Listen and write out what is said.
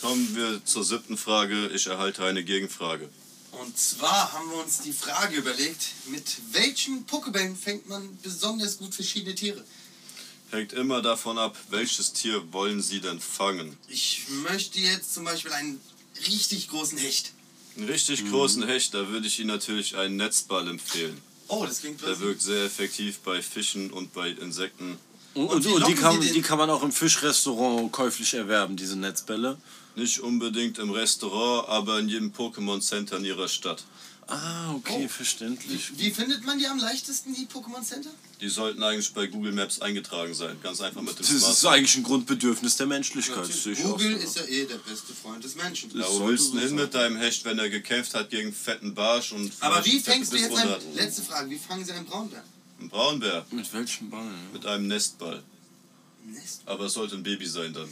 Kommen wir zur siebten Frage. Ich erhalte eine Gegenfrage. Und zwar haben wir uns die Frage überlegt, mit welchen Pokebällen fängt man besonders gut verschiedene Tiere? Hängt immer davon ab, welches Tier wollen Sie denn fangen? Ich möchte jetzt zum Beispiel einen richtig großen Hecht. Einen richtig Mhm. großen Hecht, da würde ich Ihnen natürlich einen Netzball empfehlen. Oh, das klingt Der plötzlich. wirkt sehr effektiv bei Fischen und bei Insekten. Und, Und und, wie und die, locken kann, die den- die kann man auch im Fischrestaurant käuflich erwerben, diese Netzbälle. Nicht unbedingt im Restaurant, aber in jedem Pokémon Center in Ihrer Stadt. Ah, okay, Oh. verständlich. Wie findet man die am leichtesten, die Pokémon Center? Die sollten eigentlich bei Google Maps eingetragen sein. Ganz einfach mit dem Das ist Smartphone. eigentlich ein Grundbedürfnis der Menschlichkeit. sehe ich auch Google so. ist ja eh der beste Freund des Menschen. Ja, wo sollte willst du so hin mit sein. deinem Hecht, wenn er gekämpft hat gegen fetten Barsch und Aber vielleicht wie fängst du fette jetzt einen. Bisswunder? Letzte Frage, wie fangen sie einen Braunbär? Ein Braunbär Mit welchem Ball? mit einem Nestball. Nest? Aber es sollte ein Baby sein dann.